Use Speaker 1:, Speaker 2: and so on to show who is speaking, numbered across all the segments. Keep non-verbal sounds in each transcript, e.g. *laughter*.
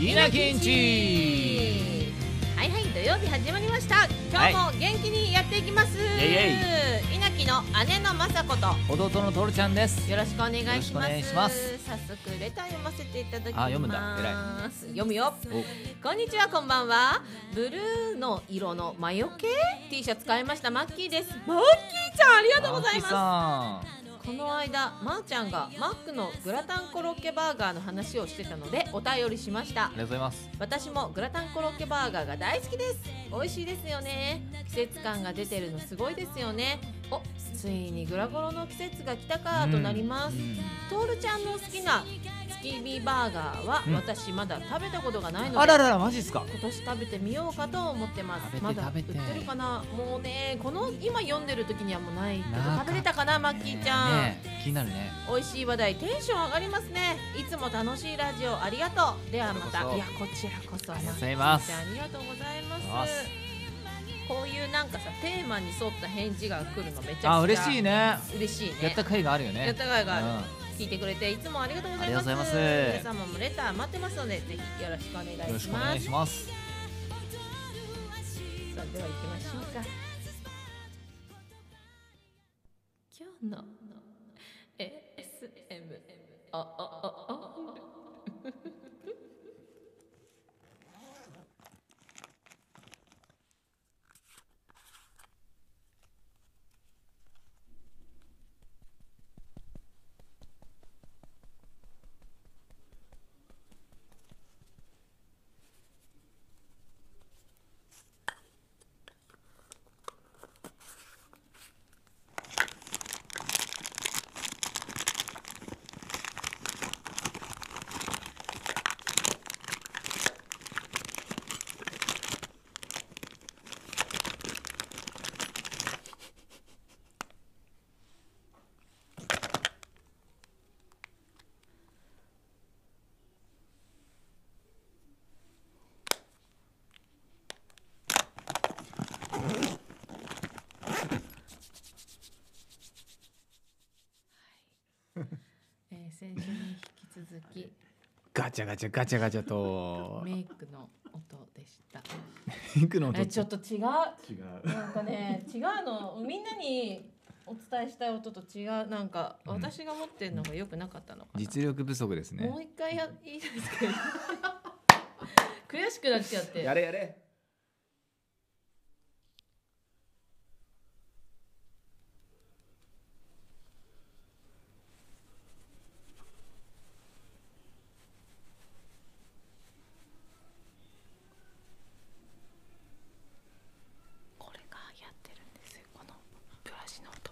Speaker 1: 稲きんち
Speaker 2: はいはい土曜日始まりました今日も元気にやっていきます、
Speaker 1: イエ
Speaker 2: 稲城の姉の雅子と
Speaker 1: 弟のとるちゃんです
Speaker 2: よろしくお願いし
Speaker 1: よろしくお
Speaker 2: ます
Speaker 1: 願いします
Speaker 2: 早速レター読ませていただき
Speaker 1: あ
Speaker 2: ます
Speaker 1: 読むんだ偉
Speaker 2: 読むよこんにちはこんばんはブルーの色の魔除け T シャツ買いましたマッキーですマッキーちゃんありがとうございます
Speaker 1: ます
Speaker 2: この間まー、ちゃんがマックのグラタンコロッケバーガーの話をしてたのでお便りしまし
Speaker 1: あ
Speaker 2: た
Speaker 1: りがとうございます
Speaker 2: 私もグラタンコロッケバーガーが大好きです美味しいですよね季節感が出てるのすごいですよねおついにグラコロの季節が来たかとなります、
Speaker 1: うん
Speaker 2: トールちゃんの好きなスキービーバーガーは
Speaker 1: うん
Speaker 2: 私まだ食べたことがないので、
Speaker 1: あらららマジっすか
Speaker 2: 今年食べてみようかと思ってます
Speaker 1: 食べて
Speaker 2: まだ
Speaker 1: 食べて
Speaker 2: 売ってるかなもうねこの今読んでる時にはもうないけど
Speaker 1: なかった
Speaker 2: 食べれたかなマッキーちゃん、
Speaker 1: ねえ気になるね
Speaker 2: 美味しい話題テンション上がりますねいつも楽しいラジオありがとうではまた
Speaker 1: こちらこそ
Speaker 2: いやこちら
Speaker 1: あ
Speaker 2: こそ
Speaker 1: りがとうございます
Speaker 2: ありがとうございます
Speaker 1: ます
Speaker 2: こういうなんかさテーマに沿った返事が来るのめちゃくちゃ
Speaker 1: あ嬉しいね
Speaker 2: 嬉しいね
Speaker 1: やった甲斐があるよね
Speaker 2: やった甲斐がある
Speaker 1: うん
Speaker 2: 聞いてくれていつもありがとうござい
Speaker 1: あり
Speaker 2: ます
Speaker 1: がとうございます
Speaker 2: 皆様もレター待ってますのでぜひよろしくお願いしま
Speaker 1: よろ
Speaker 2: す
Speaker 1: しくお願いします
Speaker 2: さあでは行きましょうか今日の ASM ああああえー先週に引き続き
Speaker 1: ガチャガチャガチャガチャと
Speaker 2: メイクの音でした。
Speaker 1: 行くの
Speaker 2: えちょっと違う。な
Speaker 3: 違うん
Speaker 2: かね違うのみんなにお伝えしたい音と違うなんか
Speaker 1: うん
Speaker 2: 私が持ってるのが良くなかったのかな。
Speaker 1: 実力不足ですね
Speaker 2: もう一回やいいですか。 *laughs* 悔しくなっちゃって。
Speaker 3: れやれ
Speaker 2: これがやってるんですよこのブラシの音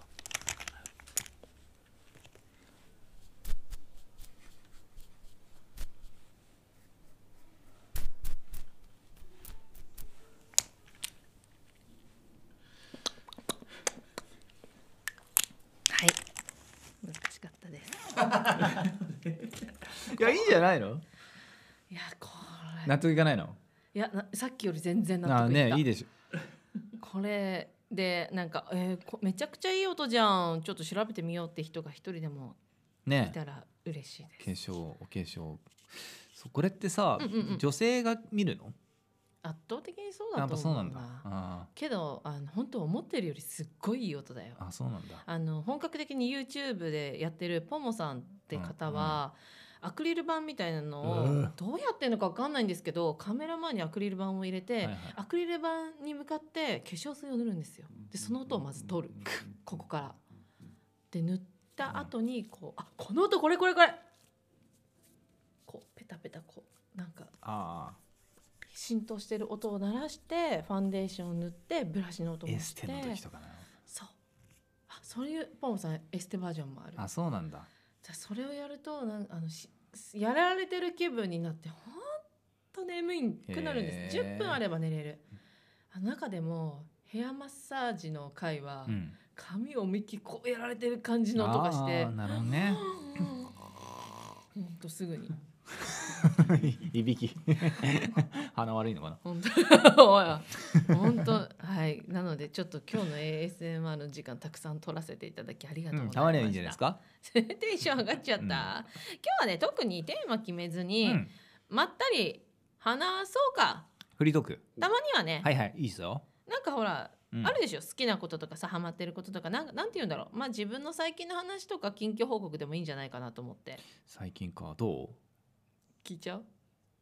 Speaker 2: はい難しかったです
Speaker 1: いやいいんじゃないの
Speaker 2: いやこれ
Speaker 1: 納得いかないの
Speaker 2: いやなさっきより全然納
Speaker 1: あ
Speaker 2: 得いっ
Speaker 1: ね
Speaker 2: た
Speaker 1: いいでしょ
Speaker 2: これでなんか、えーこめちゃくちゃいい音じゃんちょっと調べてみようって人が一人でもい
Speaker 1: ね
Speaker 2: たら嬉しいです、
Speaker 1: 化粧お化粧そうこれってさ、
Speaker 2: うんうんうん
Speaker 1: 女性が見るの
Speaker 2: 圧倒的にそう
Speaker 1: や
Speaker 2: だ
Speaker 1: っ
Speaker 2: と
Speaker 1: ぱそう
Speaker 2: 思
Speaker 1: な
Speaker 2: うん
Speaker 1: だ
Speaker 2: な
Speaker 1: あ
Speaker 2: けどあの本当思ってるよりすっごいいい音だよ
Speaker 1: ーあそうなんだ
Speaker 2: あの本格的に YouTube でやってるポモさんって方は、アクリル板みたいなのを
Speaker 1: うん
Speaker 2: どうやってんのか分かんないんですけどカメラ前にアクリル板を入れて、
Speaker 1: はいはい
Speaker 2: アクリル板に向かって化粧水を塗るんですよでその音をまず取るここからで塗った後にこうあこの音これこれこれこうペタペタこうなんか
Speaker 1: あ
Speaker 2: 浸透してる音を鳴らしてファンデーションを塗ってブラシの音
Speaker 1: あ
Speaker 2: も
Speaker 1: エ
Speaker 2: し
Speaker 1: ス
Speaker 2: て
Speaker 1: テの時とかな
Speaker 2: そうあそういうポンさんエステバージョンもある
Speaker 1: あそうなんだ
Speaker 2: じゃあそれをやるとなんあのしやられてる気分になってほんと眠いくなるんです
Speaker 1: へー
Speaker 2: 10分あれば寝れるあの中でもヘアマッサージの回は、
Speaker 1: うん
Speaker 2: 髪をみきこうやられてる感じの音がして
Speaker 1: あーなるほどね
Speaker 2: ほんとす
Speaker 1: *laughs*
Speaker 2: ぐに *laughs*
Speaker 1: いびき *laughs* 鼻悪いのかな
Speaker 2: ほんと *laughs* おいほんとはいなのでちょっと今日の ASMR の時間たくさん取らせていただきありがとう
Speaker 1: うん
Speaker 2: ございま
Speaker 1: たま
Speaker 2: した、
Speaker 1: にはいいんじゃないです
Speaker 2: *laughs*
Speaker 1: か、
Speaker 2: テンション上がっちゃった、
Speaker 1: うん
Speaker 2: 今日はね特にテーマ決めず
Speaker 1: う
Speaker 2: に、
Speaker 1: ん、
Speaker 2: まったり話そうか
Speaker 1: フリートーク
Speaker 2: たまにはね、
Speaker 1: はいはいいいですよ、
Speaker 2: なんかほら、
Speaker 1: うん
Speaker 2: あるでしょ好きなこととかさハマってることとかなんなんて言うんだろうまあ自分の最近の話とか近況報告でもいいんじゃないかなと思って
Speaker 1: 最近かど
Speaker 2: 聞いちゃう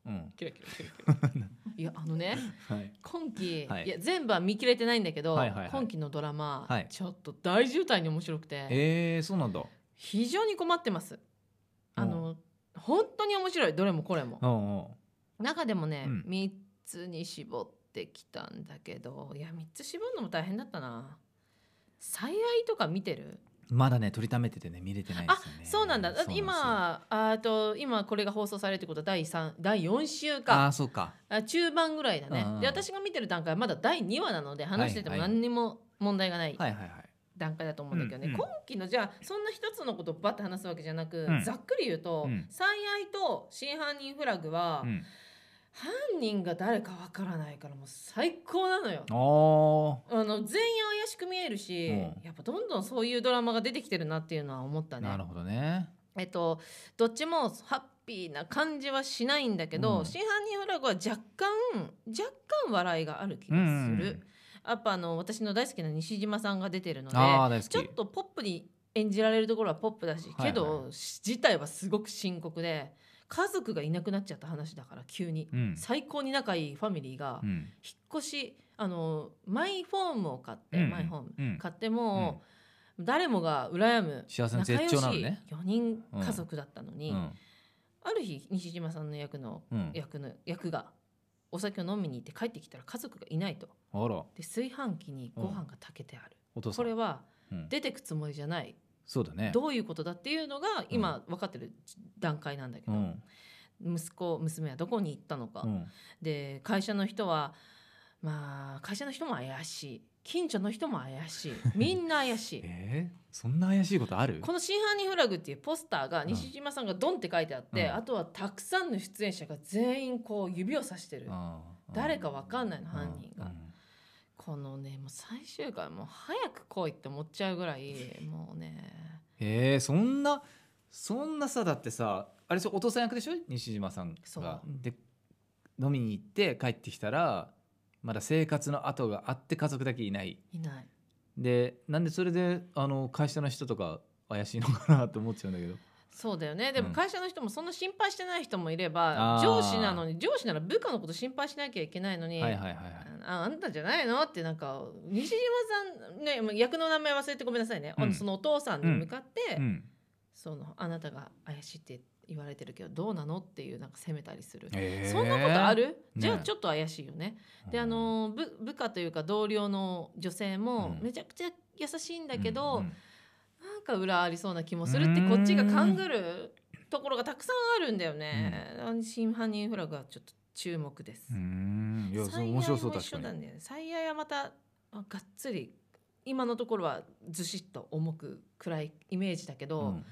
Speaker 1: ううん
Speaker 2: キラキラキラキラ
Speaker 1: *laughs*
Speaker 2: いやあのね
Speaker 1: はい
Speaker 2: 今期、
Speaker 1: はい
Speaker 2: い、や全部は見切れてないんだけど、
Speaker 1: はいはいはい
Speaker 2: 今期のドラマ、
Speaker 1: はい
Speaker 2: ちょっと大渋滞に面白くて、
Speaker 1: えー、そうなんだ
Speaker 2: 非常に困ってますあの本当に面白いどれもこれも
Speaker 1: うんうん
Speaker 2: 中でもね、
Speaker 1: うん
Speaker 2: 3つに絞ってきたんだけどいや3つ絞るのも大変だったな最愛とか見てる
Speaker 1: まだね取りためててね見れてないで
Speaker 2: あ
Speaker 1: すよね
Speaker 2: そうなんだだって
Speaker 1: そうなんですよ
Speaker 2: 今あと今これが放送されるってことは第三第4週
Speaker 1: あ
Speaker 2: か
Speaker 1: ーそうか
Speaker 2: あ中盤ぐらいだね
Speaker 1: うんうん
Speaker 2: で私が見てる段階はまだ第2話なので話してても
Speaker 1: はいはい
Speaker 2: 何にも問題がない
Speaker 1: はいはいはい
Speaker 2: 段階だと思うんだけどね、
Speaker 1: うんうん
Speaker 2: 今期のじゃあそんな一つのことをバッて話すわけじゃなく、
Speaker 1: うん
Speaker 2: ざっくり言うと、
Speaker 1: うん
Speaker 2: 最愛と真犯人フラグは、
Speaker 1: うん
Speaker 2: 犯人が誰かわからないからもう最高なのよ。
Speaker 1: おー
Speaker 2: あの全員怪しく見えるし、
Speaker 1: うん
Speaker 2: やっぱどんどんそういうドラマが出てきてるなっていうのは思ったね。
Speaker 1: なるほどね
Speaker 2: えっと、どっちもハッピーな感じはしないんだけど、
Speaker 1: うん
Speaker 2: 真犯人フラグは若干若干笑いがある気がする、やっぱあの私の大好きな西島さんが出てるので
Speaker 1: ああ大好き
Speaker 2: ちょっとポップに演じられるところはポップだし
Speaker 1: はい
Speaker 2: けど、自体はすごく深刻で家族がいなくなっちゃった話だから急に、
Speaker 1: うん
Speaker 2: 最高に仲いいファミリーが
Speaker 1: うん
Speaker 2: 引っ越しあのマイホームを買って、
Speaker 1: うん
Speaker 2: マイホーム、
Speaker 1: うん
Speaker 2: 買ってもう、誰もが羨む
Speaker 1: 幸せの
Speaker 2: 仲
Speaker 1: 絶
Speaker 2: 良し
Speaker 1: 頂なのね
Speaker 2: 4人家族だったのに、
Speaker 1: うん
Speaker 2: ある日西島さんの役の
Speaker 1: うん
Speaker 2: 役の役がお酒を飲みに行って帰ってきたら家族がいないと
Speaker 1: あら
Speaker 2: で炊飯器にご飯が炊けてある、
Speaker 1: お父さ
Speaker 2: こ
Speaker 1: ん
Speaker 2: れは
Speaker 1: うん
Speaker 2: 出てくつもりじゃない、
Speaker 1: そうだね
Speaker 2: どういうことだっていうのが今分かってる段階なんだけ
Speaker 1: う
Speaker 2: ど、
Speaker 1: ん
Speaker 2: 息子娘はどこに行ったのか、
Speaker 1: うん
Speaker 2: で会社の人はまあ会社の人も怪しい近所の人も怪しいみんな怪しい
Speaker 1: *laughs* えー、そんな怪しいことある
Speaker 2: この「真犯人フラグ」っていうポスターが
Speaker 1: ん
Speaker 2: 西島さんがドンって書いてあって、
Speaker 1: うん
Speaker 2: あとはたくさんの出演者が全員こう指をさしてる、
Speaker 1: あー
Speaker 2: 誰かわかんないの
Speaker 1: うん
Speaker 2: 犯人が、
Speaker 1: うん
Speaker 2: このねもう最終回もう早く来いって思っちゃうぐらいもうね
Speaker 1: えー、そんなそんなさだってさあれそうお父さん役でしょ西島さんが
Speaker 2: そう
Speaker 1: で飲みに行って帰ってきたらまだ生活の後があって家族だけいない
Speaker 2: いない
Speaker 1: でなんでそれであの会社の人とか怪しいのかなって思っちゃうんだけど
Speaker 2: そうだよねで
Speaker 1: う
Speaker 2: も
Speaker 1: ん
Speaker 2: 会社の人もそんな心配してない人もいれ
Speaker 1: あ
Speaker 2: ば、
Speaker 1: ー
Speaker 2: 上司なのに上司なら部下のこと心配しなきゃいけないのに、
Speaker 1: はいはいはいはい
Speaker 2: ああんたじゃないのってなんか西島さん、ね、もう役の名前忘れてごめんなさいね、
Speaker 1: うん
Speaker 2: あのそのお父さんに向かって、
Speaker 1: うん
Speaker 2: そのあなたが怪しいって言われてるけどどうなのっていうなんか責めたりする、
Speaker 1: えー
Speaker 2: そんなことある、
Speaker 1: ね
Speaker 2: じゃあちょっと怪しいよね。であの部部下というか同僚の女性も
Speaker 1: うん
Speaker 2: めちゃくちゃ優しいんだけ
Speaker 1: うん
Speaker 2: ど、
Speaker 1: うん
Speaker 2: なんか裏ありそうな気もするってこっちが勘ぐるところがたくさんあるんだよね。真犯人フラグはちょっと注目です。
Speaker 1: うんいやそ
Speaker 2: 最
Speaker 1: う
Speaker 2: 愛
Speaker 1: 面白そう
Speaker 2: も
Speaker 1: 確
Speaker 2: 一
Speaker 1: か
Speaker 2: 緒
Speaker 1: に
Speaker 2: なんだよね。最愛はまたあがっつり今のところはずしっと重く暗いイメージだけど、
Speaker 1: うん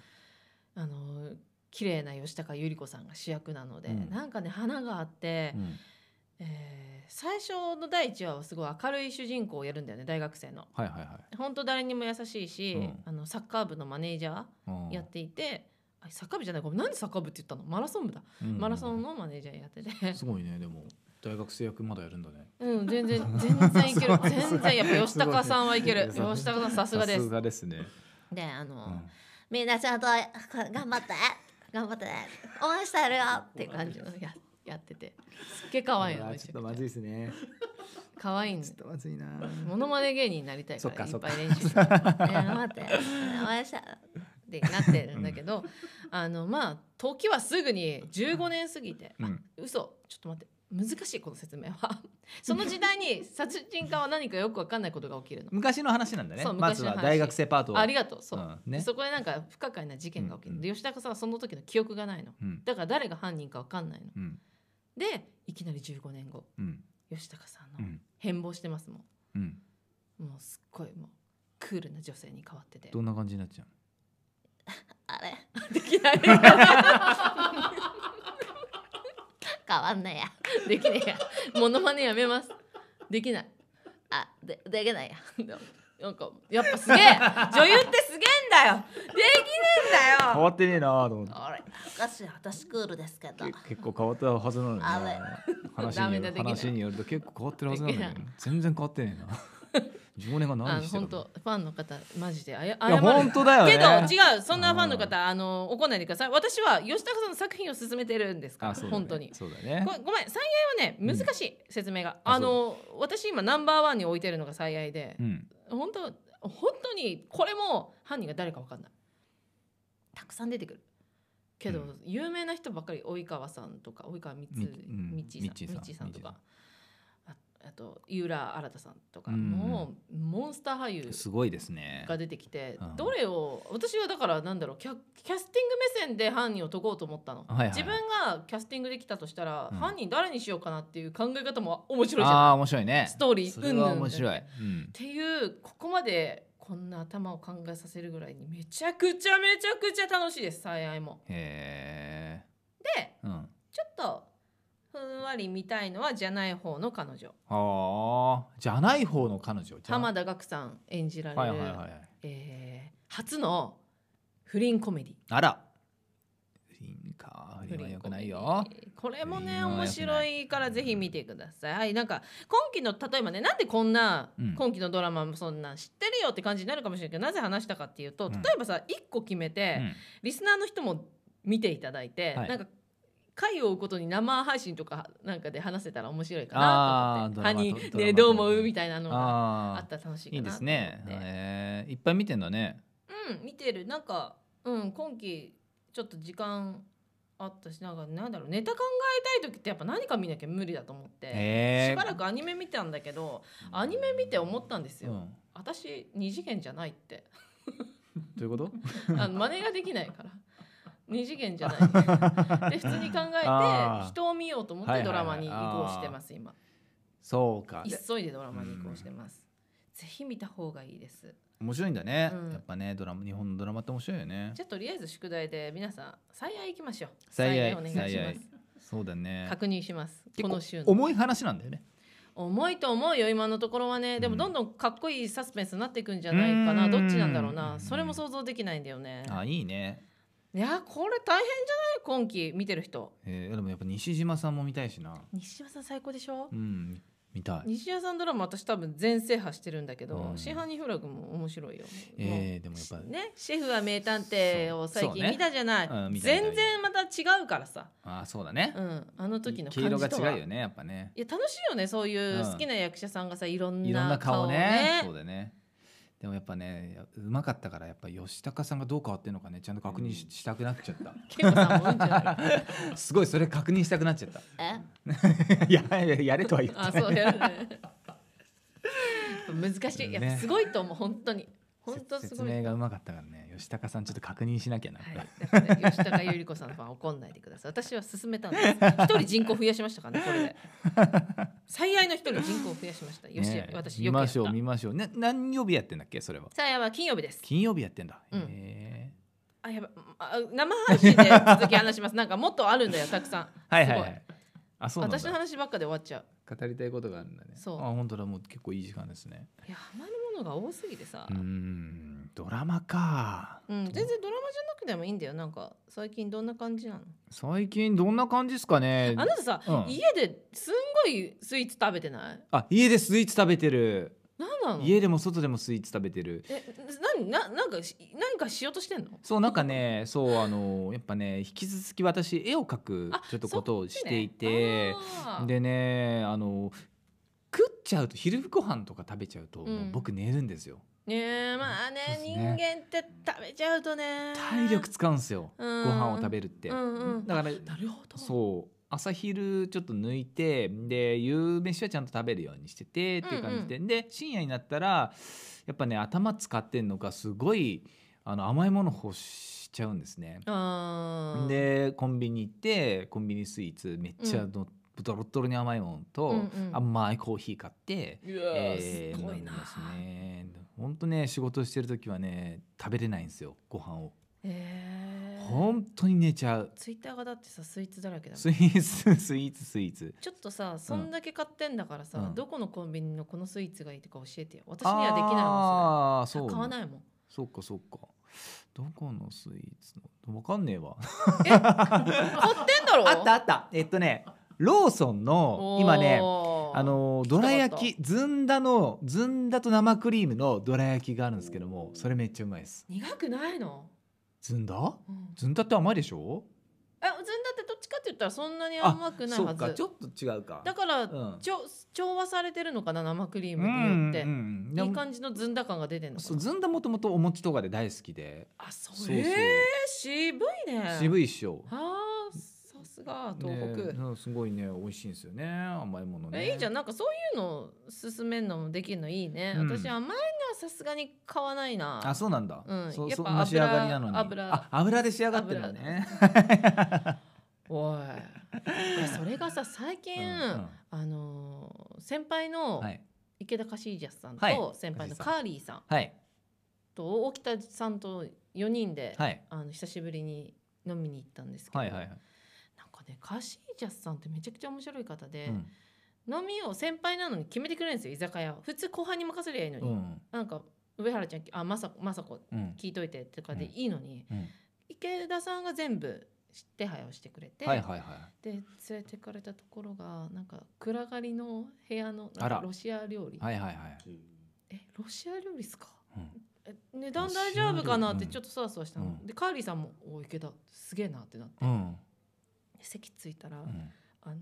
Speaker 2: あの綺麗な吉高由里子さんが主役なので、
Speaker 1: うん
Speaker 2: なんかね花があって、
Speaker 1: うん
Speaker 2: えー最初の第一話はすごい明るい主人公をやるんだよね大学生の。
Speaker 1: はいはいは
Speaker 2: 本当誰にも優しいし、
Speaker 1: うん
Speaker 2: あのサッカー部のマネージャー
Speaker 1: いうん
Speaker 2: やっていて、あサッカー部じゃないごめんなんでサッカー部って言ったのマラソン部だ、
Speaker 1: うん
Speaker 2: マラソンのマネージャーやってて、
Speaker 1: すごいねでも大学生役まだやるんだね
Speaker 2: うん全
Speaker 1: *laughs*
Speaker 2: 然全然いける
Speaker 1: すごい
Speaker 2: 全然やっぱ吉高さんはいける
Speaker 1: すごい
Speaker 2: 吉高さんさすがで
Speaker 1: さす
Speaker 2: す
Speaker 1: がですね
Speaker 2: であの、
Speaker 1: うん
Speaker 2: みんなちゃんと頑張って頑張って応援してやるよっていう *laughs* 感じのややっててすっげえ可愛いの
Speaker 4: あー
Speaker 2: め
Speaker 4: ち
Speaker 2: ち
Speaker 4: ょ
Speaker 2: ゃ
Speaker 4: っとま
Speaker 2: く
Speaker 4: ず
Speaker 2: ち
Speaker 4: い
Speaker 2: ゃ
Speaker 4: ですね。
Speaker 2: 可愛いん
Speaker 4: ちょっとまずいな。
Speaker 2: モノマネ芸人になりたい
Speaker 1: そっ
Speaker 2: か
Speaker 1: か
Speaker 2: らい
Speaker 1: そ
Speaker 2: っ
Speaker 1: っ
Speaker 2: ぱ
Speaker 1: か
Speaker 2: い練習して頑張って応援したってなってるんだけど、あのまあ時はすぐに15年過ぎて、
Speaker 1: うん
Speaker 2: あ嘘ちょっと待って難しいこの説明は *laughs* その時代に殺人家は何かよく分かんないことが起きるの。
Speaker 1: 昔の話なんだね
Speaker 2: そう
Speaker 1: まずは
Speaker 2: 昔の話
Speaker 1: 大学生パートを
Speaker 2: ありがとうそう、
Speaker 1: うんね
Speaker 2: でそこでなんか不可解な事件が起きる、
Speaker 1: うん
Speaker 2: で吉高さんはその時の記憶がないの
Speaker 1: うん
Speaker 2: だから誰が犯人か分かんないの
Speaker 1: うん
Speaker 2: でいきなり15年後
Speaker 1: うん
Speaker 2: 吉高さ
Speaker 1: うん
Speaker 2: の
Speaker 1: ん
Speaker 2: 変貌してますも
Speaker 1: うん
Speaker 2: んもうすっごいもうクールな女性に変わってて
Speaker 1: どんな感じになっちゃう
Speaker 2: あれ *laughs* できない変わんないやできねえやモノマネやめますできないあでできないやなんかやっぱすげえ女優ってすげえんだよできねえんだよ
Speaker 1: ってねえなと思って
Speaker 2: あれ
Speaker 5: 私私クールですけど
Speaker 4: け結構変わったはずなのに
Speaker 5: あれ
Speaker 4: な話
Speaker 2: ダ
Speaker 4: に
Speaker 2: メ
Speaker 4: よ
Speaker 2: だ
Speaker 4: る
Speaker 2: できない
Speaker 4: 話によると結構変わってるはずなのに
Speaker 2: できな
Speaker 1: 全然変わって
Speaker 2: *laughs*
Speaker 1: ねえな15年が
Speaker 2: あ
Speaker 1: 何
Speaker 2: の
Speaker 1: してる
Speaker 2: 本
Speaker 1: の
Speaker 2: 当ファンの方マジであや
Speaker 1: いや
Speaker 2: 謝る
Speaker 1: 本当だよね
Speaker 2: けど違うそんなファンの方あの怒んないでください私は吉高さんの作品を勧めてるんですから、
Speaker 1: あそうだね
Speaker 2: 本当に
Speaker 1: そうだね
Speaker 2: ごごめん最愛はね難しい、説明が
Speaker 1: あ
Speaker 2: あの私今ナンバーワンに置いてるのが最愛で
Speaker 1: う、ん
Speaker 2: 本当本当にこれも犯人が誰か分かんないたくさん出てくるけど、
Speaker 1: うん
Speaker 2: 有名な人ばっかり及川さんとか及川光
Speaker 1: みう
Speaker 2: 道
Speaker 1: ん
Speaker 2: さん
Speaker 1: みっちーさん
Speaker 2: みっちーさん
Speaker 1: み
Speaker 2: と
Speaker 1: っ
Speaker 2: かああと井浦新さんとか、
Speaker 1: うん
Speaker 2: もうモンスター俳優
Speaker 1: すごいですね
Speaker 2: が出てきて、
Speaker 1: うん
Speaker 2: どれを私はだからなんだろうキャキャスティング目線で犯人を解こうと思ったの、
Speaker 1: はいはい
Speaker 2: 自分がキャスティングできたとしたら、
Speaker 1: うん
Speaker 2: 犯人誰にしようかなっていう考え方も面白いじゃんっ
Speaker 1: ああー面白いね
Speaker 2: ストーリー
Speaker 1: それは
Speaker 2: うんうん
Speaker 1: 面白いうん
Speaker 2: ていうここまでこんな頭を考えさせるぐらいにめちゃくちゃめちゃくちゃ楽しいです最愛も。
Speaker 1: へえ
Speaker 2: で
Speaker 1: うんは
Speaker 2: ちょっとふんわり見たいのはじゃない方の彼女
Speaker 1: あじゃない方の彼女じゃ
Speaker 2: 浜田岳さん演じられる、
Speaker 1: はいはいはいはい
Speaker 2: えー初の不倫コメディ
Speaker 1: あら不倫か不倫は良くないよ
Speaker 2: これもね
Speaker 1: 不倫は
Speaker 2: 面
Speaker 1: 良くな
Speaker 2: 白
Speaker 1: い
Speaker 2: いからぜひ見てください、はい、なんか今期の例えばねなんでこんな、
Speaker 1: うん
Speaker 2: 今期のドラマもそんなん知ってるよって感じになるかもしれないけどなぜ話したかっていうと
Speaker 1: うん
Speaker 2: 例えばさ1個決めて、
Speaker 1: うん
Speaker 2: リスナーの人も見ていただいて、
Speaker 1: はい
Speaker 2: なんか回を追うことに生配信とかなんかで話せたら面白いかなと思って「
Speaker 1: あー
Speaker 2: ハニ
Speaker 1: ドラマ
Speaker 2: ー
Speaker 1: と
Speaker 2: ね
Speaker 1: ドラ
Speaker 2: どう
Speaker 1: マと
Speaker 2: 思う?」みたいなのがあ
Speaker 1: あ
Speaker 2: ったら楽しい
Speaker 1: ーい
Speaker 2: か
Speaker 1: いで
Speaker 2: なと思っ
Speaker 1: す
Speaker 2: て
Speaker 1: ねへえいっぱい見てんだね
Speaker 2: うん見てるなんかうん今期ちょっと時間あったしなんかなんだろうネタ考えたい時ってやっぱ何か見なきゃ無理だと思って、
Speaker 1: へえ
Speaker 2: しばらくアニメ見たんだけどアニメ見て思ったんですよ、
Speaker 1: うん
Speaker 2: 私二次元じゃないって
Speaker 1: どういうこと *laughs*
Speaker 2: あの真似ができないから二次元じゃない *laughs* で普通に考え
Speaker 1: あ
Speaker 2: て
Speaker 1: ー
Speaker 2: 人を見ようと思っ
Speaker 1: はい
Speaker 2: て
Speaker 1: はい
Speaker 2: ド
Speaker 1: はい
Speaker 2: ラマに移行してます今
Speaker 1: *laughs* そうかで
Speaker 2: 急いでドラマに移行してますぜひ見た方がいいです
Speaker 1: 面白いんだね
Speaker 2: うん
Speaker 1: やっぱねドラマ日本のドラマって面白いよね
Speaker 2: じゃあとりあえず宿題で皆さん最愛いきましょう
Speaker 1: 最愛
Speaker 2: お願いします
Speaker 1: 最愛そうだね
Speaker 2: 確認します
Speaker 1: 結
Speaker 2: こ
Speaker 1: 構
Speaker 2: の週の
Speaker 1: 重い話なんだよね
Speaker 2: 重いと思うよ今のところはねでも
Speaker 1: うん
Speaker 2: どんどんかっこいいサスペンスになっていくんじゃないかな
Speaker 1: うん
Speaker 2: どっちなんだろう
Speaker 1: う
Speaker 2: なんそれも想像できないんだよね
Speaker 1: あいいね
Speaker 2: いやこれ大変じゃない今期見てる人
Speaker 1: えーでもやっぱ西島さんも見たいしな
Speaker 2: 西島さん最高でしょ
Speaker 1: うん見たい
Speaker 2: 西島さんドラマ私多分全制覇してるんだけど
Speaker 1: うん
Speaker 2: 真犯人フラグも面白いよも
Speaker 1: えーでもやっぱ
Speaker 2: うねシェフは名探偵を最
Speaker 1: そう
Speaker 2: 近
Speaker 1: ね
Speaker 2: 見たじゃない
Speaker 1: うん見た見た
Speaker 2: 全然また違うからさ
Speaker 1: あーそうだね
Speaker 2: うんあの時の
Speaker 1: 毛
Speaker 2: 感じと
Speaker 1: 色が
Speaker 2: は
Speaker 1: 違うよねやっぱね
Speaker 2: いや楽しいよねそういう
Speaker 1: うん
Speaker 2: 好きな役者さんがさいろん
Speaker 1: いろんな
Speaker 2: な
Speaker 1: 顔
Speaker 2: 顔
Speaker 1: ね
Speaker 2: ね
Speaker 1: そうだねでもやっぱねやうまかったからやっぱ吉高さんがどう変わってんのかねちゃんと確認し,、たくなっちゃっ
Speaker 2: ケイコさんもうんじゃな
Speaker 1: た
Speaker 2: い
Speaker 1: *laughs* すごいそれ確認したくなっちゃった
Speaker 5: え
Speaker 4: *laughs* いやいややれとは言って
Speaker 2: あそうやるね *laughs* 難しい、やっぱ
Speaker 1: ね
Speaker 2: すごいと思う本当に本当す
Speaker 1: 説
Speaker 2: ごい
Speaker 1: 明がうまかったからね吉高さんちょっと確認しなきゃな、
Speaker 2: はい、だからね吉高由里子さんのファン怒んないでください私は勧めたんです一人人口増やしましたからねこれで最愛の一人人口増やしましたよし、
Speaker 1: ね
Speaker 2: 私
Speaker 1: 見
Speaker 2: よくや
Speaker 1: ま
Speaker 2: っ
Speaker 1: しょう見
Speaker 2: た
Speaker 1: ましょう、ね、何曜日やってんだっけそれは
Speaker 2: 最愛は金曜日です
Speaker 1: 金曜日やってんだ、
Speaker 2: うん
Speaker 1: え
Speaker 2: あやばあ生配信で続き話しますなんかもっとあるんだよたくさん
Speaker 1: はいはいは
Speaker 2: す
Speaker 1: いあそ
Speaker 2: ご
Speaker 1: う
Speaker 2: い
Speaker 1: なんだ
Speaker 2: 私の話ばっかで終わっちゃう
Speaker 1: 語りたいことがあるんだね
Speaker 2: そう
Speaker 1: あ本当だもう結構いい時間ですね
Speaker 2: いやハマるものが多すぎてさ、
Speaker 1: うーんドラマか
Speaker 2: うん、全然ドラマじゃなくてもいいんだよなんか最近どんな感じなの
Speaker 1: 最近どんな感じですかね
Speaker 2: あなたさ、
Speaker 1: うん
Speaker 2: 家ですんごいスイーツ食べてない
Speaker 1: あ家でスイーツ食べてる
Speaker 2: 何なの
Speaker 1: 家でも外でもスイーツ食べてる
Speaker 2: え何ななんかし何かしようとしてんの
Speaker 1: そうなんかねそうあのやっぱね引き続き私絵を描く
Speaker 2: あ
Speaker 1: ちょっとことをしていて
Speaker 2: そっちねあー
Speaker 1: でねあの食っちゃうと昼ご飯とか食べちゃうと、
Speaker 2: うん
Speaker 1: もう僕寝るんですよ
Speaker 2: ねえまあね
Speaker 1: そうです
Speaker 2: 人
Speaker 1: ね
Speaker 2: 間って食べちゃうとね
Speaker 1: 体力使うんですよ、
Speaker 2: うん
Speaker 1: ご飯を食べるって、
Speaker 2: うんうん
Speaker 1: だから
Speaker 2: なるほど
Speaker 1: そう朝昼ちょっと抜いてで夕飯はちゃんと食べるようにしててっていう感じで、で深夜になったらやっぱね頭使ってんのかすごいあの甘いもの欲しちゃうんですね。
Speaker 2: あー
Speaker 1: でコンビニ行ってコンビニスイーツめっちゃ
Speaker 2: うん
Speaker 1: の、ドロッドロに甘いものと、
Speaker 2: うんうん
Speaker 1: 甘いコーヒー買って。
Speaker 2: いやーすごい
Speaker 1: 飲み
Speaker 2: な
Speaker 1: ますね。本当ね仕事してる時はね食べれないんですよご飯を。
Speaker 2: えー
Speaker 1: 本当に寝ちゃう。
Speaker 2: ツイッターがだってさスイーツだらけだもん
Speaker 1: スイーツスイーツスイーツ。
Speaker 2: ちょっとさそんだけ買ってんだからさ、
Speaker 1: うん
Speaker 2: どこのコンビニのこのスイーツがいいとか教えてよ私にはできないもんそれ
Speaker 1: あーそう
Speaker 2: 買わないもん
Speaker 1: そうかそうかどこのスイーツのわかんねえわ
Speaker 2: 買ってんだろ
Speaker 1: あったあったえっとねローソンの今ねあ
Speaker 2: あ
Speaker 1: の
Speaker 2: きた
Speaker 1: ど
Speaker 2: かった
Speaker 1: ら焼きずんだのずんだと生クリームのどら焼きがあるんですけどもそれめっちゃうまいです
Speaker 2: 苦くないの、
Speaker 1: ずんだ
Speaker 2: うん、
Speaker 1: ずんだって甘いでしょ
Speaker 2: えずんだってどっちかって言ったらそんなに甘くない
Speaker 1: そ
Speaker 2: は
Speaker 1: うか
Speaker 2: ず
Speaker 1: ちょっと違うか
Speaker 2: だから、
Speaker 1: うん
Speaker 2: ちょ調和されてるのかな生クリームによって、
Speaker 1: うん
Speaker 2: いい感じのずんだ感が出てるのか
Speaker 1: そう
Speaker 2: な
Speaker 1: ずんだもともとお餅とかで大好きで
Speaker 2: あそ
Speaker 1: そうそう
Speaker 2: れ、えー渋いね
Speaker 1: 渋いっしょ
Speaker 2: あーさすが東
Speaker 1: ね
Speaker 2: 北、
Speaker 1: うんすごいね美味しいんですよね甘いものね
Speaker 2: えいいじゃんなんかそういうの勧めるのもできるのいいね、
Speaker 1: うん
Speaker 2: 私甘いのはさすがに買わないな
Speaker 1: あそうなんだ、
Speaker 2: うん
Speaker 1: そう
Speaker 2: やっぱ
Speaker 1: そんな仕上がりなのに
Speaker 2: 油
Speaker 1: あ油で仕上がってるのね
Speaker 2: おいいやそれがさ最近、
Speaker 1: う
Speaker 2: あのー先輩
Speaker 1: ん
Speaker 2: の
Speaker 1: はい
Speaker 2: 池田カシージャスさん
Speaker 1: はい
Speaker 2: と先輩のカーリーさん
Speaker 1: はい
Speaker 2: と沖田さんと4人で、
Speaker 1: はい
Speaker 2: あの久しぶりに飲みに行ったんですけど、
Speaker 1: はいはいはい
Speaker 2: なんかねカシージャスさんってめちゃくちゃ面白い方で、
Speaker 1: うん
Speaker 2: 飲みを先輩なのに決めてくれるんですよ居酒屋を普通後半に任せりゃいいのに、
Speaker 1: うん
Speaker 2: なんか上原ちゃんあまさまさこ
Speaker 1: うん
Speaker 2: 聞いといてとかで
Speaker 1: うん
Speaker 2: いいのに、
Speaker 1: うん
Speaker 2: 池田さんが全部手配をしてくれて、
Speaker 1: はいはいはい
Speaker 2: で連れてかれたところがなんか暗がりの部屋の
Speaker 1: あら
Speaker 2: なんかロシア料理
Speaker 1: はいはいはい
Speaker 2: えロシア料理っすか
Speaker 1: うん
Speaker 2: え値段大丈夫かなっ
Speaker 1: ロシア料理う
Speaker 2: て
Speaker 1: ん
Speaker 2: ちょっとそわそわしたの、
Speaker 1: うん
Speaker 2: でカーリーさんも「お池田すげえな」ってなって
Speaker 1: うん
Speaker 2: 席着いた
Speaker 1: う
Speaker 2: ら、
Speaker 1: ん
Speaker 2: あの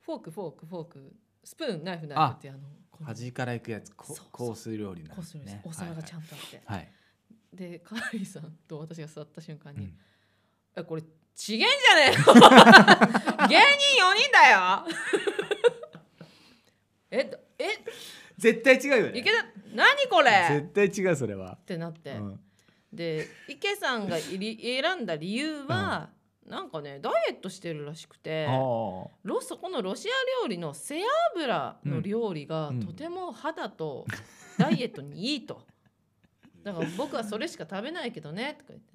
Speaker 2: フォークフォークフォークスプーンナイフナイフってあのこの
Speaker 1: 端から行くやつこ
Speaker 2: そうそう
Speaker 1: コース料理な
Speaker 2: こうするんです、お皿がちゃんとあって、
Speaker 1: はいはい
Speaker 2: でカーリーさんと私が座った瞬間
Speaker 1: う
Speaker 2: に「
Speaker 1: ん
Speaker 2: えこれちげんじゃねえ
Speaker 1: *laughs*
Speaker 2: よ芸人4人だよえどえ
Speaker 1: 絶対違うよね
Speaker 2: 池田何これ
Speaker 1: 絶対違うそれは
Speaker 2: ってなって、
Speaker 1: うん
Speaker 2: で池さんがいり *laughs* 選んだ理由は、なんかねダイエットしてるらしくて
Speaker 1: あー *laughs*
Speaker 2: ロそこのロシア料理の背脂の料理が
Speaker 1: うん
Speaker 2: とても肌とダイエットにいいと、だから僕はそれしか食べないけどねとか言って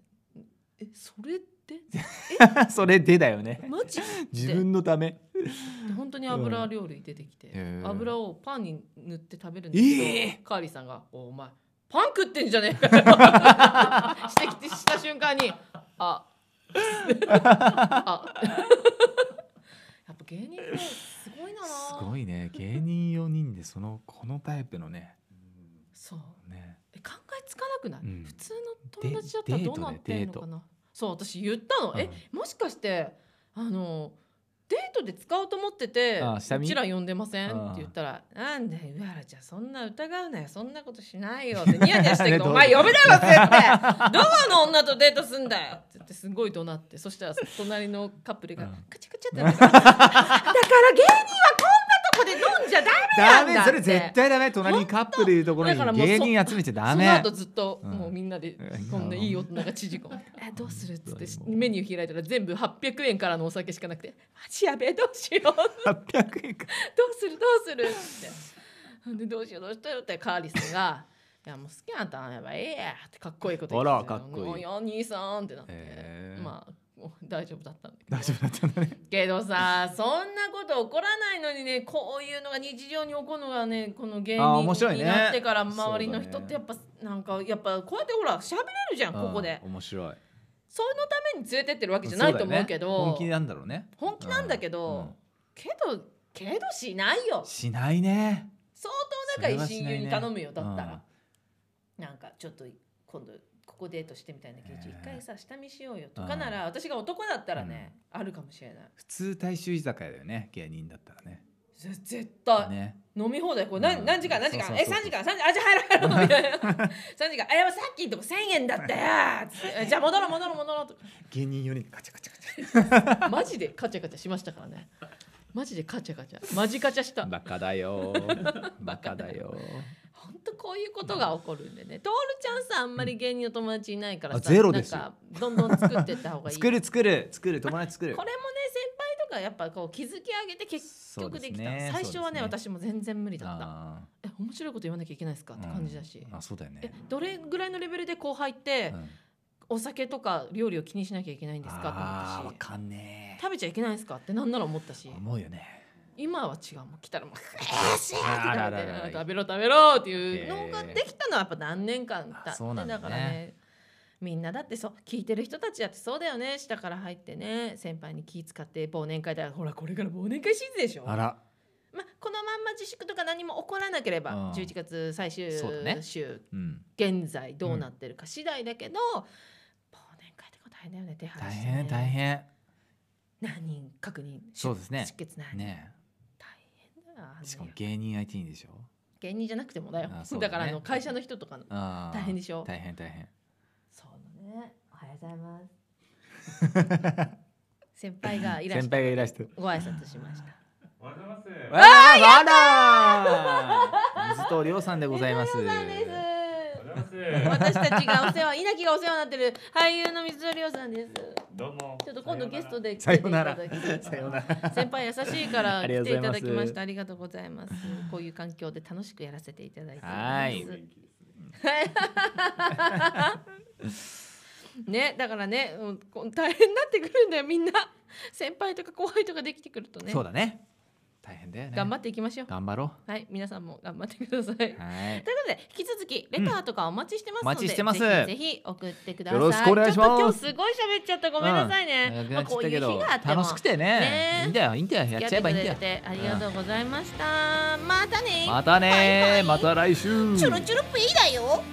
Speaker 2: 「えそれ
Speaker 1: *laughs*
Speaker 2: って
Speaker 1: それでだよね
Speaker 2: マジ?」
Speaker 1: 自分のため
Speaker 2: で本当に油料理出てきて、
Speaker 1: へー
Speaker 2: 油をパンに塗って食べるんですけど、
Speaker 1: え
Speaker 2: カーリーさんが「おお前パン食ってんじ
Speaker 1: *laughs*
Speaker 2: ゃねえかよ」指摘した瞬間に「
Speaker 1: *laughs*
Speaker 2: ああやっぱ芸人ってすごいな
Speaker 1: す
Speaker 2: い
Speaker 1: ごいね芸人4人でそのこのタイプのね
Speaker 2: そう
Speaker 1: ね
Speaker 2: え考えつかなくない、
Speaker 1: うん
Speaker 2: 普通の友達だったら
Speaker 1: で
Speaker 2: どうなってんのかな、そう私言ったの、えもしかしてあのデートで使おうと思ってて
Speaker 1: あ下
Speaker 2: う
Speaker 1: 見
Speaker 2: ちら呼んでません
Speaker 1: あー
Speaker 2: って言ったら「なんで上原ちゃんそんな疑うなよそんなことしないよ」ってニヤニヤしたけ
Speaker 1: ね
Speaker 2: ど
Speaker 1: *laughs* ど
Speaker 2: 「
Speaker 1: う
Speaker 2: お前呼べないわ絶対どこの女とデートすんだよ」って言ってすごい怒鳴ってそしたら隣のカップルが
Speaker 1: うん
Speaker 2: 「カチャカチャ」ってなってだから芸人はこんなとこで飲んじゃダ
Speaker 1: ダ
Speaker 2: メ
Speaker 1: メ
Speaker 2: なんだって
Speaker 1: それ絶対ダメ隣にカップルいるところに
Speaker 2: だからもうそ
Speaker 1: 芸人集めちゃダ
Speaker 2: その
Speaker 1: メ
Speaker 2: 後ずっと
Speaker 1: うん
Speaker 2: もうみんなで
Speaker 1: うん
Speaker 2: こんないい大人が縮こむ「えどうする?」っつって
Speaker 1: そう
Speaker 2: メニュー開いたら全部800円からのお酒しかなくて「マジやべえどうしよう」
Speaker 1: 800円か
Speaker 2: どうするどうするってでどうしようどうしたよってカーリスが「いやもう好きなターンやばいえや」ってかっこいいこと言
Speaker 1: あ
Speaker 2: っ
Speaker 1: ら
Speaker 2: てた
Speaker 1: かっこいい
Speaker 2: もうよ兄さん」ってなって、
Speaker 1: へえ
Speaker 2: まあもう大丈夫だったんだけ
Speaker 1: *laughs*
Speaker 2: ど
Speaker 1: 大丈夫だったんだね
Speaker 2: けどさそんなこと起こらないのにねこういうのが日常に起こるのがねこの芸
Speaker 1: あー面白
Speaker 2: 人
Speaker 1: いね
Speaker 2: になってから周りの
Speaker 1: そ
Speaker 2: 人
Speaker 1: うだね
Speaker 2: ってやっぱ、なんかやっぱこうやってほら喋れるじゃん *laughs* ここで
Speaker 1: うん面白い
Speaker 2: そのために連れてってるわけじゃないと思うけど
Speaker 1: そだよね本気なんだろうね
Speaker 2: 本気なんだけど、けどけどしないよ
Speaker 1: うんしないね
Speaker 2: 相当仲いい親
Speaker 1: それはしな
Speaker 2: 友
Speaker 1: いね
Speaker 2: に頼むよだった
Speaker 1: うん
Speaker 2: らなんかちょっと今度ここデートしてみたいんだけど
Speaker 1: ねえ
Speaker 2: 一回さ下見しようよとかなら私が男だったらねあるかもしれない
Speaker 1: 普通大衆居酒屋だよね芸人だったらね
Speaker 2: ぜ絶対
Speaker 1: ね
Speaker 2: 飲み放題これ
Speaker 1: う
Speaker 2: 何
Speaker 1: ん
Speaker 2: 何時間何時
Speaker 1: そ
Speaker 2: 間
Speaker 1: うそうそう
Speaker 2: え3時間3時間あじゃあ入ろう
Speaker 1: *laughs*
Speaker 2: 入ろうみたいな3時間えさっきのとこ1000円だったよつってえじゃあ戻ろう戻ろう戻ろうと
Speaker 1: 芸人4人カチャカチャカチ
Speaker 2: かマジでカチャカチャしましたからねマジでカチャカチャマジカチャした
Speaker 1: ャバカだ
Speaker 2: *laughs*
Speaker 1: よバカだよ
Speaker 2: 本当こういうことが起こるんでね。トールちゃんさんあんまり芸人の友達いないからさ、
Speaker 1: あゼロですよ
Speaker 2: なんかどんどん作ってった方がいい。
Speaker 1: 作る作る作る友達作る
Speaker 2: これもね先輩とかやっぱこう気づき上げて結
Speaker 1: そう
Speaker 2: 局
Speaker 1: です
Speaker 2: で
Speaker 1: ね
Speaker 2: きた。最初はね
Speaker 1: そうです
Speaker 2: 私も全然無理だった。
Speaker 1: あ
Speaker 2: え面白いこと言わなきゃいけないですか
Speaker 1: ー
Speaker 2: って感じだし。
Speaker 1: うんあそうだよね
Speaker 2: えどれぐらいのレベルで後輩って、
Speaker 1: うん
Speaker 2: お酒とか料理を気にしなきゃいけないんですか
Speaker 1: あ
Speaker 2: っ
Speaker 1: ー
Speaker 2: て思
Speaker 1: わ
Speaker 2: ったし
Speaker 1: かんね
Speaker 2: 食べちゃいけないんですかってなんなら思ったし
Speaker 1: え思うよね
Speaker 2: 今は違うもう来たらもう「
Speaker 1: あらららら
Speaker 2: 食べろ食べろ」っていうのができたのはやっぱ何年間だ
Speaker 1: あそうなんだね
Speaker 2: でからねみんなだってそう聞いてる人たちだってそうだよね下から入ってね先輩に気使って忘年会だほらこれから忘年会シーズンでしょ
Speaker 4: あら
Speaker 2: まあ、このまんま自粛とか何も起こらなければ、
Speaker 1: うん
Speaker 2: 11月最終
Speaker 1: そうだね
Speaker 2: 週、
Speaker 1: うん、
Speaker 2: 現在どうなってるか次第だけど、忘年会とか大変だよね手配
Speaker 1: 大
Speaker 2: して、
Speaker 1: 変大変
Speaker 2: 何人確認
Speaker 1: そうですね
Speaker 2: 出血何人、
Speaker 1: ね
Speaker 2: 大変だよあ
Speaker 1: え
Speaker 2: の
Speaker 1: しかも芸人相手にでしょ
Speaker 2: 芸人じゃなくてもだよ
Speaker 1: あ
Speaker 2: だ,、
Speaker 1: そうだね
Speaker 2: からあの会社の人とかの
Speaker 1: あー
Speaker 2: 大変でしょ
Speaker 1: 大変大変
Speaker 2: そうだねおはようございます *laughs*
Speaker 1: *laughs*
Speaker 2: 先輩がいらっし
Speaker 4: 先
Speaker 2: ゃ
Speaker 4: 輩がいらしてる
Speaker 2: ご挨拶しました
Speaker 6: おはようございます。
Speaker 1: あらー水戸亮さんでございます
Speaker 2: そうなんです
Speaker 6: おはようございます。
Speaker 2: 私たちがお世話稲城がお世話になってる俳優の水戸亮さんです
Speaker 6: どうも。
Speaker 2: ちょっと今度ゲストで来
Speaker 4: さ
Speaker 2: てい
Speaker 4: よう
Speaker 2: た
Speaker 4: な
Speaker 2: だ
Speaker 4: らさ
Speaker 2: き
Speaker 4: ようなら
Speaker 2: 先輩優しいから
Speaker 4: ありが
Speaker 2: 来
Speaker 4: と
Speaker 2: て
Speaker 4: う
Speaker 2: い
Speaker 4: ござい
Speaker 2: た
Speaker 4: ます
Speaker 2: だきましたありがとうございますこういう環境で楽しくやらせていただいており
Speaker 1: は
Speaker 2: ま
Speaker 1: い
Speaker 6: お元気ですね。
Speaker 2: すねだからねうんこう大変になってくるんだよみんな *laughs* 先輩とか後輩とかできてくるとね
Speaker 1: そうだね大変だよね
Speaker 2: 頑張っていきましょう
Speaker 1: 頑張ろ
Speaker 2: はい皆さんも頑張ってください、
Speaker 1: うはい
Speaker 2: ということで引き続きレターとかお待ちしてますの
Speaker 1: うん
Speaker 2: で、
Speaker 1: お待ちしてます
Speaker 2: ぜひぜひ送ってください
Speaker 1: よろしくお願いします
Speaker 2: ちょっと今日すごい喋っちゃったごめんなさいね、
Speaker 1: 長く
Speaker 2: ま
Speaker 1: な
Speaker 2: あ
Speaker 1: っちゃ
Speaker 2: こ
Speaker 1: っ
Speaker 2: う
Speaker 1: た
Speaker 2: い
Speaker 1: け
Speaker 2: う
Speaker 1: ど
Speaker 2: 日があっても
Speaker 1: 楽しくて
Speaker 2: ね
Speaker 1: ねいいんだよいいんだよやっちゃえばいいんだよ
Speaker 2: 付き合ってくれてありがとうございました、またね
Speaker 1: またねまた来週
Speaker 5: チュルチュルピーだよ